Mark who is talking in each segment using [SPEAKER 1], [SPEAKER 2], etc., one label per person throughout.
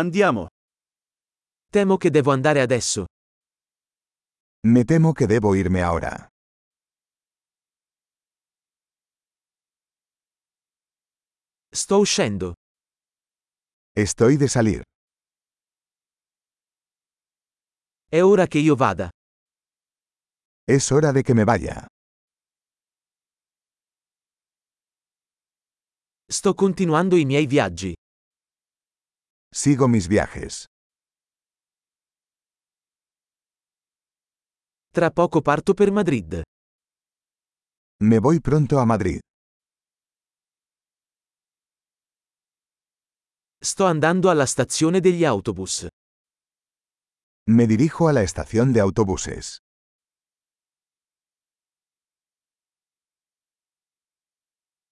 [SPEAKER 1] Andiamo. Temo che devo andare adesso.
[SPEAKER 2] Me temo que debo irme ahora.
[SPEAKER 1] Sto uscendo.
[SPEAKER 2] Estoy de salir.
[SPEAKER 1] È ora che io vada.
[SPEAKER 2] Es hora de que me vaya.
[SPEAKER 1] Sto continuando i miei viaggi.
[SPEAKER 2] Sigo mis viajes.
[SPEAKER 1] Tra poco parto per Madrid.
[SPEAKER 2] Me voy pronto a Madrid.
[SPEAKER 1] Sto andando alla stazione degli autobus.
[SPEAKER 2] Me dirijo a la estación de autobuses.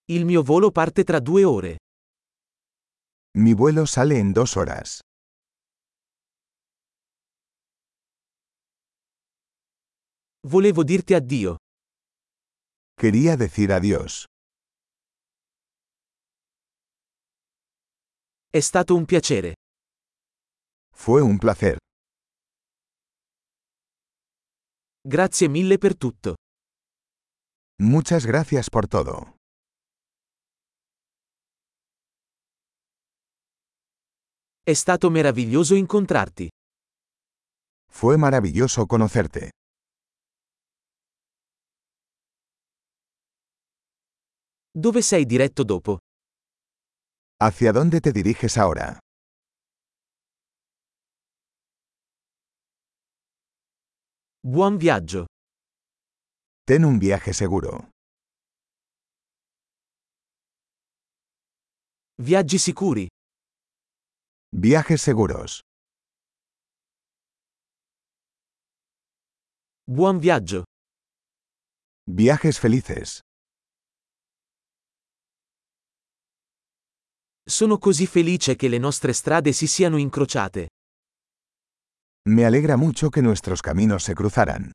[SPEAKER 1] Il mio volo parte tra due ore.
[SPEAKER 2] Mi vuelo sale en dos horas.
[SPEAKER 1] Volevo dirti addio.
[SPEAKER 2] Quería decir adiós.
[SPEAKER 1] È stato un piacere.
[SPEAKER 2] Fue un placer.
[SPEAKER 1] Grazie mille per tutto.
[SPEAKER 2] Muchas gracias por todo.
[SPEAKER 1] È stato meraviglioso incontrarti.
[SPEAKER 2] Fue maravilloso conocerte.
[SPEAKER 1] Dove sei diretto dopo?
[SPEAKER 2] ¿Hacia dónde te diriges ahora?
[SPEAKER 1] Buon viaggio.
[SPEAKER 2] Ten un viaje seguro.
[SPEAKER 1] Viaggi sicuri.
[SPEAKER 2] Viajes seguros.
[SPEAKER 1] Buon viaggio.
[SPEAKER 2] Viajes felices.
[SPEAKER 1] Sono così felice che le nostre strade si siano incrociate.
[SPEAKER 2] Me alegra mucho que nuestros caminos se cruzaran.